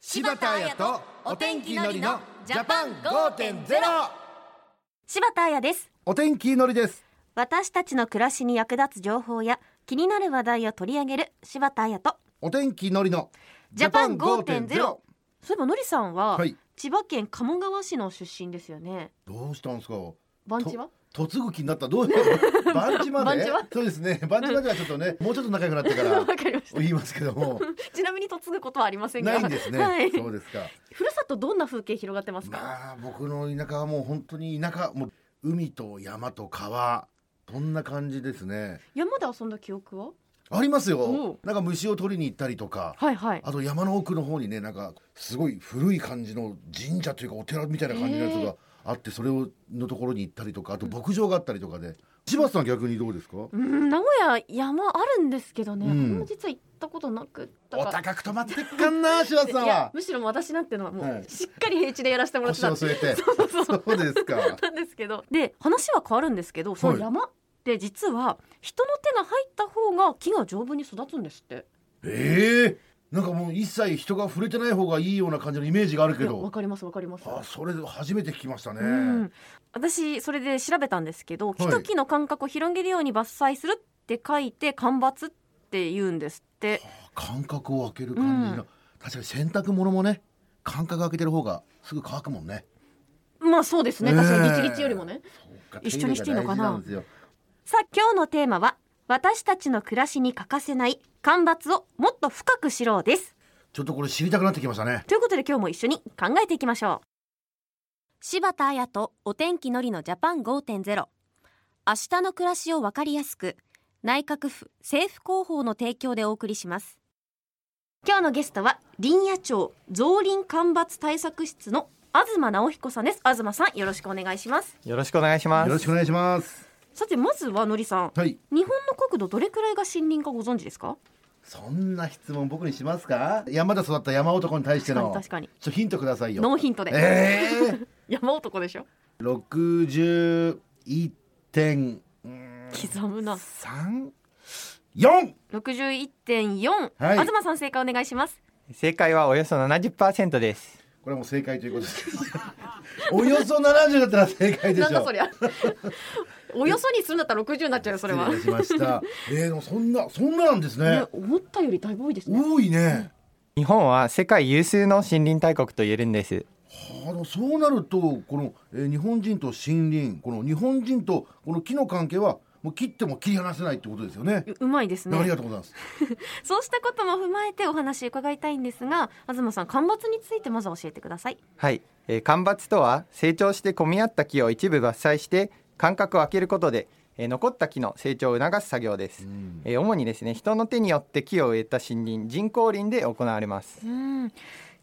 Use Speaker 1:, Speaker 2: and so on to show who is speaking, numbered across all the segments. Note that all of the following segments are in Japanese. Speaker 1: 柴田彩とお天気のりのジャパン5.0
Speaker 2: 柴田彩です
Speaker 1: お天気のりです
Speaker 2: 私たちの暮らしに役立つ情報や気になる話題を取り上げる柴田彩と
Speaker 1: お天気のりの
Speaker 2: ジャパン5.0そういえばのりさんは、
Speaker 1: はい
Speaker 2: 千葉県鴨川市の出身ですよね
Speaker 1: どうしたんですか
Speaker 2: 番地は
Speaker 1: と嫁ぐ気になったどういう の番地ま
Speaker 2: 番
Speaker 1: で
Speaker 2: 地は
Speaker 1: そうですね番地まではちょっと ねもうちょっと仲良くなってから
Speaker 2: わかりました
Speaker 1: 言いますけども
Speaker 2: ちなみに嫁ぐことはありませんが
Speaker 1: ないんですね、
Speaker 2: はい、
Speaker 1: そうですか
Speaker 2: ふるさとどんな風景広がってますか
Speaker 1: まあ僕の田舎はもう本当に田舎もう海と山と川そんな感じですね
Speaker 2: 山で遊んだ記憶は
Speaker 1: あります
Speaker 2: お
Speaker 1: よ
Speaker 2: う
Speaker 1: なんか虫を取りに行ったりとか
Speaker 2: はいはい
Speaker 1: あと山の奥の方にねなんかすごい古い感じの神社というかお寺みたいな感じのやつがあってそれをのところに行ったりとかあと牧場があったりとかで柴田さん逆にどうですか
Speaker 2: うん名古屋山あるんですけどね、
Speaker 1: うん
Speaker 2: あんま実は行ったことなくった
Speaker 1: お
Speaker 2: ら
Speaker 1: 高く泊まってっかんな柴田さん
Speaker 2: いや
Speaker 1: は
Speaker 2: むしろもう私なんてのはも
Speaker 1: は
Speaker 2: う
Speaker 1: い
Speaker 2: しっかり平地でやらせてもらって
Speaker 1: 腰
Speaker 2: た
Speaker 1: を据えて
Speaker 2: そうそうそう
Speaker 1: そうですか
Speaker 2: なんですけどで話は変わるんですけどその山って実は人の手が入った方が木が丈夫に育つんですって
Speaker 1: ええなんかもう一切人が触れてない方がいいような感じのイメージがある
Speaker 2: い
Speaker 1: け
Speaker 2: やわ
Speaker 1: ど
Speaker 2: かりますわかります
Speaker 1: あそれ初めて聞きましたね、
Speaker 2: うん、私それで調べたんですけど木
Speaker 1: は
Speaker 2: と
Speaker 1: い
Speaker 2: 木の間隔を広げるように伐採するって書いて間伐って言うんですって
Speaker 1: 間隔を空ける感じの、
Speaker 2: う
Speaker 1: 確かに洗濯物もね間隔空けてる方がすぐ乾くもんね
Speaker 2: まあそうですね
Speaker 1: ねえ
Speaker 2: 確かにギチギチよりもね
Speaker 1: そうか
Speaker 2: 一緒にしていいの
Speaker 1: 手入れ
Speaker 2: かな
Speaker 1: が大事んですよ
Speaker 2: さあ今日のテーマは私たちの暮らしに欠かせない間伐をもっと深く知ろうです
Speaker 1: ちょっとこれ知りたくなってきましたね
Speaker 2: ということで今日も一緒に考えていきましょう柴田彩とお天気のりのジャパン5.0明日の暮らしをわかりやすく内閣府政府広報の提供でお送りします今日のゲストは林野町造林干ばつ対策室の東直彦さんです東さんよろしくお願いします
Speaker 3: よろしくお願いしま
Speaker 1: よろし
Speaker 3: す。
Speaker 1: くお願いします
Speaker 2: さてまずはのりさん
Speaker 1: はい
Speaker 2: 日本の国土どれくらいが森林かご存知ですか
Speaker 1: そんな質問僕にしますか山で育った山男に対しての
Speaker 2: 確かに確かに
Speaker 1: ちょっとヒントくださいよ
Speaker 2: ノーヒントで、
Speaker 1: え
Speaker 2: 山男でしょ
Speaker 1: えー、61.3
Speaker 2: 刻むな
Speaker 1: 4
Speaker 2: 61.4、
Speaker 1: はい
Speaker 2: 東さん正解お願いします
Speaker 3: 正解はおよそ70%です。
Speaker 1: これはもう正解ということですおよそ70だったら正解でしょ
Speaker 2: なんだそりゃ およそにするんだったら60になっちゃうよそれは、
Speaker 1: 失礼しました。えー、でもそんな、そんななんですね
Speaker 2: ね。思ったよりだいぶ多いですね
Speaker 1: 多いね。
Speaker 3: 日本は世界有数の森林大国と言えるんです。
Speaker 1: あの、そうなると、この、えー日本人と森林、この日本人と、この木の関係は。もう切っても切り離せないってことですよね。
Speaker 2: ううまいです
Speaker 1: あり
Speaker 2: ね
Speaker 1: がとうございます。
Speaker 2: そうしたことも踏まえてお話伺いたいんですが東さん干ばつについてまずは教えてください
Speaker 3: はい、えー間伐とは成長して混み合った木を一部伐採して間隔を空けることで、えー残った木の成長を促す作業です。えー主にですね、人の手によって木を植えた森林人工林で行われます。
Speaker 2: うん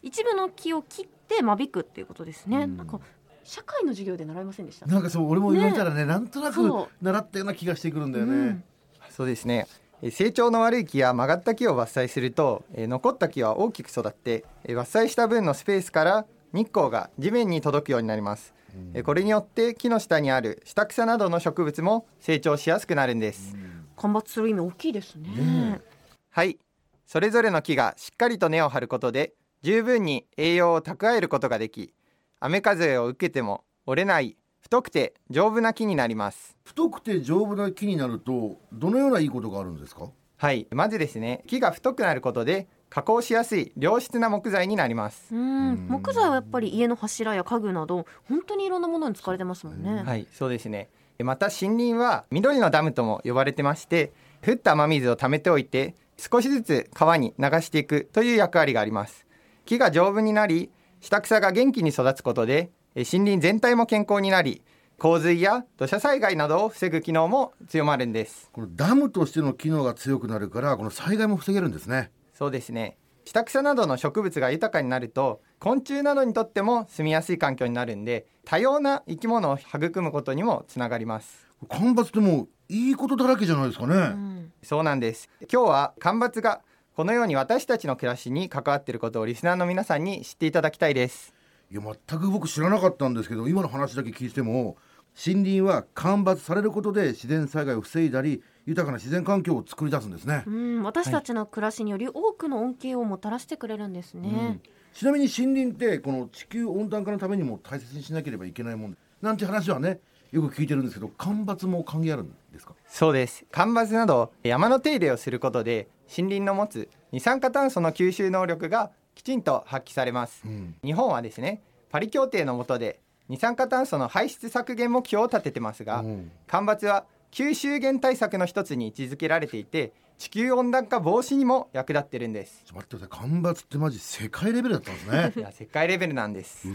Speaker 2: 一部の木を切って間引くっていうことですね、なんか社会の授業で習いませんでした
Speaker 1: なんかそう、俺も言われたらね、なんとなく
Speaker 2: そう
Speaker 1: 習ったような気がしてくるんだよね。
Speaker 2: うん
Speaker 3: そうですね。えー成長の悪い木や曲がった木を伐採すると、えー残った木は大きく育って、えー伐採した分のスペースから日光が地面に届くようになります。えーこれによって木の下にある下草などの植物も成長しやすくなるんです。
Speaker 2: 干ばつする意味大きいですね
Speaker 3: はい。それぞれの木がしっかりと根を張ることで、十分に栄養を蓄えることができ、雨風を受けても折れない太くて丈夫な木になります。
Speaker 1: 太くて丈夫な木になると、どのようないいことがあるんですか。
Speaker 3: はい、まずですね、木が太くなることで加工しやすい良質な木材になります。
Speaker 2: うん木材はやっぱり家の柱や家具など本当にいろんなものに使われてますもんね、
Speaker 3: はい、そうですね。また森林は緑のダムとも呼ばれてまして、降った雨水を溜めておいて少しずつ川に流していくという役割があります。木が丈夫になり、下草が元気に育つことでえ森林全体も健康になり、洪水や土砂災害などを防ぐ機能も強まるんです。
Speaker 1: このダムとしての機能が強くなるから、この災害も防げるんですね。
Speaker 3: そうですね下草などの植物が豊かになると昆虫などにとっても住みやすい環境になるんで多様な生き物を育むことにもつながります
Speaker 1: 干ばつってもういいことだらけじゃないですかね。
Speaker 2: うん
Speaker 3: そうなんです今日は干ばつがこのように私たちの暮らしに関わっていることをリスナーの皆さんに知っていただきたいです
Speaker 1: いや全く僕知らなかったんですけど今の話だけ聞いても森林は干ばつされることで自然災害を防いだり豊かな自然環境を作り出すんですね
Speaker 2: う、ん、私たちの暮らしにより多くの恩恵をもたらしてくれるんですね、
Speaker 1: うんちなみに森林ってこの地球温暖化のためにも大切にしなければいけないもんなんて話はねよく聞いてるんですけど干ばつも関係あるんですか
Speaker 3: そうです干ばつなど山の手入れをすることで森林の持つ二酸化炭素の吸収能力がきちんと発揮されます、
Speaker 1: ん
Speaker 3: 日本はですねパリ協定の下で二酸化炭素の排出削減目標を立ててますが、
Speaker 1: うん
Speaker 3: 干ばつは吸収減対策の一つに位置づけられていて地球温暖化防止にも役立ってるんです
Speaker 1: ちょっと待ってください干ばつってマジ世界レベルだったんですね
Speaker 3: いや世界レベルなんです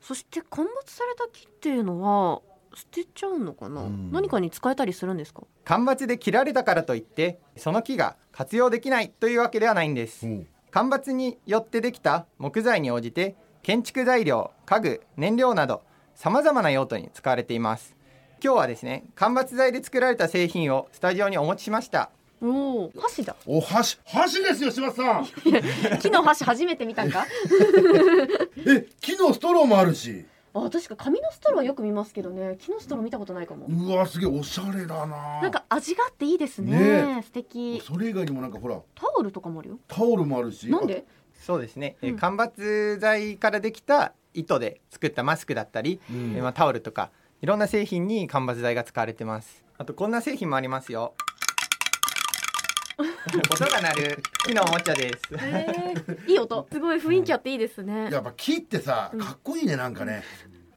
Speaker 2: そして間伐された木っていうのは捨てちゃうのかな、
Speaker 1: うん
Speaker 2: 何かに使えたりするんですか
Speaker 3: 干ばつで切られたからといってその木が活用できないというわけではないんです、
Speaker 1: うん
Speaker 3: 干ばつによってできた木材に応じて建築材料家具燃料などさまざまな用途に使われています今日はですね間伐材で作られた製品をスタジオにお持ちしました
Speaker 2: おお箸だ
Speaker 1: お箸箸ですよ柴田さん
Speaker 2: 木の箸初めて見たんか
Speaker 1: え木のストローもあるし
Speaker 2: あ確か紙のストローよく見ますけどね木のストロー見たことないかも、
Speaker 1: うわすげえおしゃれだな
Speaker 2: なんか味があっていいですね
Speaker 1: ね
Speaker 2: 素敵
Speaker 1: それ以外にもなんかほら
Speaker 2: タオルとかもあるよ
Speaker 1: タオルもあるし
Speaker 2: なんで
Speaker 3: そうですね、え
Speaker 2: うん
Speaker 3: 間伐材からできた糸で作ったマスクだったり、
Speaker 1: うん
Speaker 3: えまあ、タオルとかいろんな製品に間伐材が使われてますあとこんな製品もありますよ音が鳴る木のおもちゃです
Speaker 2: えー、いい音すごい雰囲気あっていいですね
Speaker 1: やっぱ木ってさかっこいいねなんかね、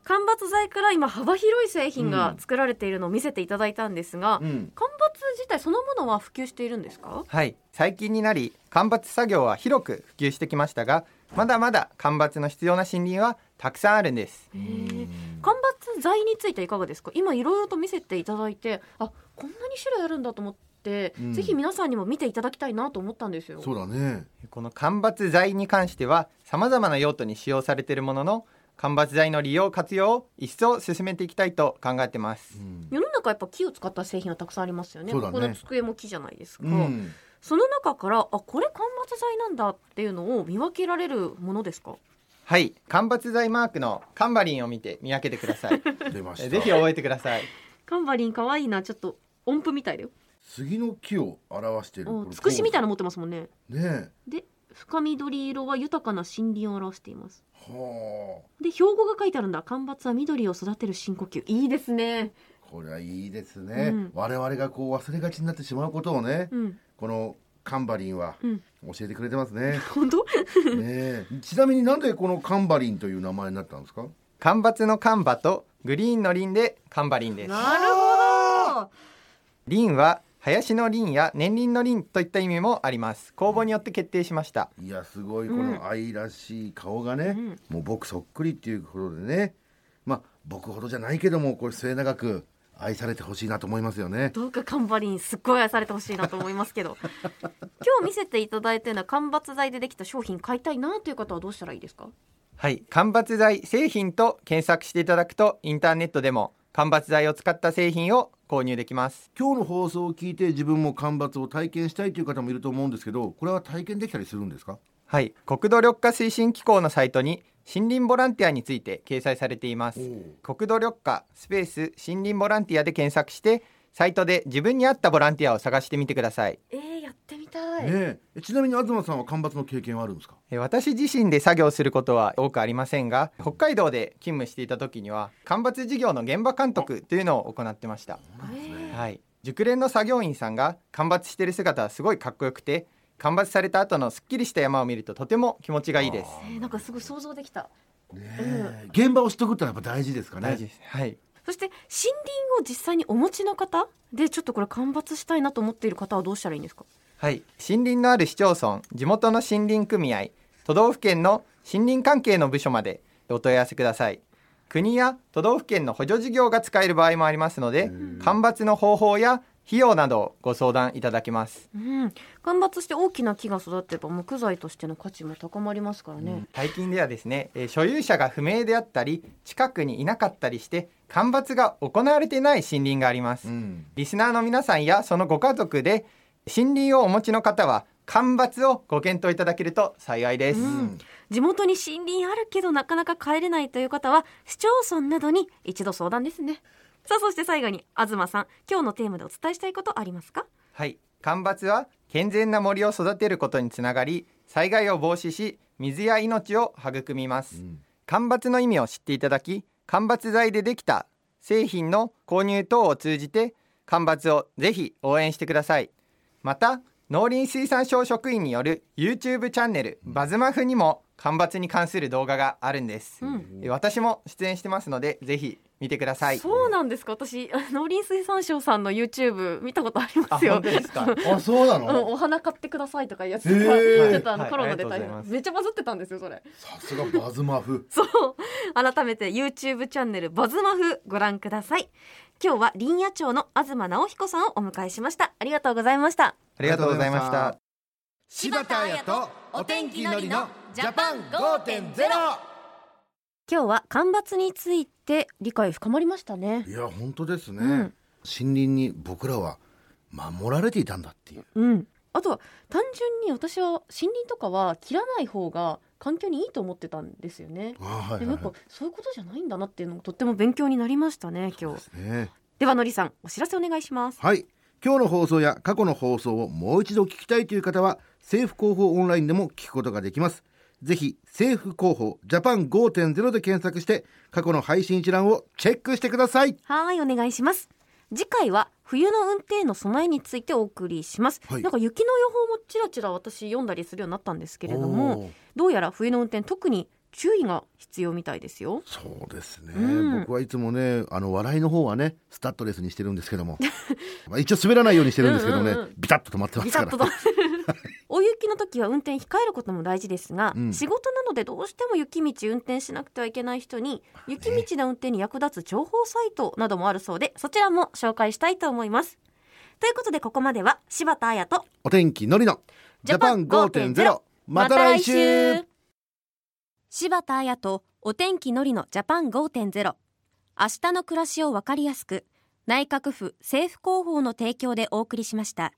Speaker 2: 間伐材から今幅広い製品が作られているのを見せていただいたんですが、
Speaker 1: うん
Speaker 2: 間伐自体そのものは普及しているんですか
Speaker 3: はい最近になり間伐作業は広く普及してきましたがまだまだ間伐の必要な森林はたくさんあるんです
Speaker 2: へー間伐材についていかがですか今いろいろと見せていただいてあこんなに種類あるんだと思って、
Speaker 1: うん
Speaker 2: ぜひ皆さんにも見ていただきたいなと思ったんですよ
Speaker 1: そうだね
Speaker 3: この間伐材に関しては様々な用途に使用されているものの間伐材の利用活用を一層進めていきたいと考えてます、
Speaker 2: 世の中やっぱ木を使った製品はたくさんありますよね
Speaker 1: そうだね
Speaker 2: ここの机も木じゃないですか、
Speaker 1: うん
Speaker 2: その中からあこれ間伐材なんだっていうのを見分けられるものですか
Speaker 3: はい間伐材マークのカンバリンを見て見分けてく ださい
Speaker 1: 出ました
Speaker 3: えぜひ覚えてください
Speaker 2: カンバリン可愛いなちょっと音符みたいだよ
Speaker 1: 杉の木を表している
Speaker 2: おつくしみたい
Speaker 1: い
Speaker 2: なの持ってますもんね
Speaker 1: なね
Speaker 2: で深緑色は豊かな森林を表しています
Speaker 1: えは
Speaker 2: で標語が書いてあるんだ干ばつは緑を育てる深呼吸いいですね
Speaker 1: あこれはいいですね、
Speaker 2: うん
Speaker 1: 我々がこう忘れがちになってしまうことをね、
Speaker 2: うん
Speaker 1: このカンバリンは
Speaker 2: うん
Speaker 1: 教えてくれてます ね
Speaker 2: 本当
Speaker 1: ねえちなみになんでこのカンバリンという名前になったんですか
Speaker 3: 間伐の間伐とグリーンの林でカンバリンです
Speaker 2: なるほど
Speaker 3: 林は林の林や年輪の林といった意味もあります公募によって決定しました
Speaker 1: いやすごいこの愛らしい顔がね、
Speaker 2: うん
Speaker 1: もう僕そっくりっていうことでねまあ僕ほどじゃないけどもこれ末永く愛されてほしいなと思いますよね
Speaker 2: どうかカンバリンすっごい愛されてほしいなと思いますけ ど今日見せていただいたような間伐材でできた商品買いたいなという方はどうしたらいいですか
Speaker 3: はい間伐材製品と検索していただくとインターネットでも間伐材を使った製品を購入できます
Speaker 1: 今日の放送を聞いて自分も干ばつを体験したいという方もいると思うんですけどこれは体験できたりするんですか
Speaker 3: はい国土緑化推進機構のサイトに森林ボランティアについて掲載されています国土緑化スペース森林ボランティアで検索してサイトで自分に合ったボランティアを探してみてください
Speaker 2: えー、やってみたい、
Speaker 1: ねえちなみに東さんは干ばつの経験はあるんですか
Speaker 3: え私自身で作業することは多くありませんが北海道で勤務していた時には間伐事業の現場監督というのを行ってました
Speaker 2: えー
Speaker 3: はい、熟練の作業員さんが間伐してる姿はすごいかっこよくて間伐された後のすっきりした山を見るととても気持ちがいいです
Speaker 2: えーなんかすごい想像できた
Speaker 1: ねえ現場を知っとくってのはやっぱ大事ですかね
Speaker 3: 大事です、はい、
Speaker 2: そして森林を実際にお持ちの方でちょっとこれ間伐したいなと思っている方はどうしたらいいんですか
Speaker 3: はい、森林のある市町村地元の森林組合都道府県の森林関係の部署までお問い合わせください国や都道府県の補助事業が使える場合もありますので間伐の方法や費用などをご相談いただけます
Speaker 2: うん、間伐して大きな木が育てば木材としての価値も高まりますからね、
Speaker 3: 最近ではですね、えー所有者が不明であったり近くにいなかったりして間伐が行われていない森林があります、
Speaker 1: うん
Speaker 3: リスナーの皆さんやそのご家族で森林をお持ちの方は間伐をご検討いただけると幸いです、
Speaker 2: うん地元に森林あるけどなかなか帰れないという方は市町村などに一度相談ですねさあそして最後に東さん今日のテーマでお伝えしたいことありますか
Speaker 3: はい干ばつは健全な森を育てることにつながり災害を防止し水や命を育みます、
Speaker 1: うん
Speaker 3: 干ばつの意味を知っていただき間伐材でできた製品の購入等を通じて間伐をぜひ応援してくださいまた農林水産省職員による YouTube チャンネル「バズマフ」にも干ばつに関する動画があるんです、
Speaker 2: うん
Speaker 3: え私も出演してますのでぜひ見てください
Speaker 2: そうなんですか私農林水産省さんの YouTube 見たことありま
Speaker 3: あ
Speaker 2: すよ
Speaker 3: 本当ですか
Speaker 1: あそうな
Speaker 2: うん、お
Speaker 1: の
Speaker 2: 花買ってくださいとかいうやつ
Speaker 1: へ
Speaker 2: が、
Speaker 1: ー
Speaker 2: ちょっとあの
Speaker 3: はい
Speaker 2: コロナで大
Speaker 3: あ
Speaker 2: 変、
Speaker 3: りがとうございます
Speaker 2: めっちゃバズってたんですよそれ
Speaker 1: さすがバズマフ
Speaker 2: そう改めて YouTube チャンネルバズマフご覧ください今日は林野庁の東直彦さんをお迎えしましたありがとうございました
Speaker 3: ありがとうございました
Speaker 2: 柴田彩とお天気のりのジャパン5.0今日は干ばつについて理解深まりましたね
Speaker 1: いや本当ですね、
Speaker 2: うん
Speaker 1: 森林に僕らは守られていたんだっていう
Speaker 2: うんあとは単純に私は森林とかは切らない方が環境にいいと思ってたんですよね
Speaker 1: あはい
Speaker 2: でもやっぱそういうことじゃないんだなっていうのがとっても勉強になりましたね今日
Speaker 1: いね
Speaker 2: ではのりさんお知らせお願いします
Speaker 1: はい今日の放送や過去の放送をもう一度聞きたいという方は政府広報オンラインでも聞くことができますぜひ政府広報ジャパン5.0で検索して過去の配信一覧をチェックしてください
Speaker 2: はいお願いします次回は冬の運転の備えについてお送りします、
Speaker 1: はい
Speaker 2: なんか雪の予報もちらちら私読んだりするようになったんですけれど
Speaker 1: お
Speaker 2: も
Speaker 1: ー
Speaker 2: どうやら冬の運転特に注意が必要みたいですよ
Speaker 1: そうですね、
Speaker 2: うん
Speaker 1: 僕はいつもねあの笑いの方はねスタッドレスにしてるんですけども まあ一応滑らないようにしてるんですけどね
Speaker 2: うんうんうん
Speaker 1: ビタッと止まってます
Speaker 2: ビタ
Speaker 1: から
Speaker 2: ッと と大雪の時は運転控えることも大事ですが、
Speaker 1: うん
Speaker 2: 仕事などでどうしても雪道運転しなくてはいけない人に雪道の運転に役立つ情報サイトなどもあるそうでそちらも紹介したいと思いますということでここまでは柴田彩と
Speaker 1: お天気のりのジャパン5.0また来週
Speaker 2: 柴田彩とお天気のりのジャパン5.0明日の暮らしをわかりやすく内閣府政府広報の提供でお送りしました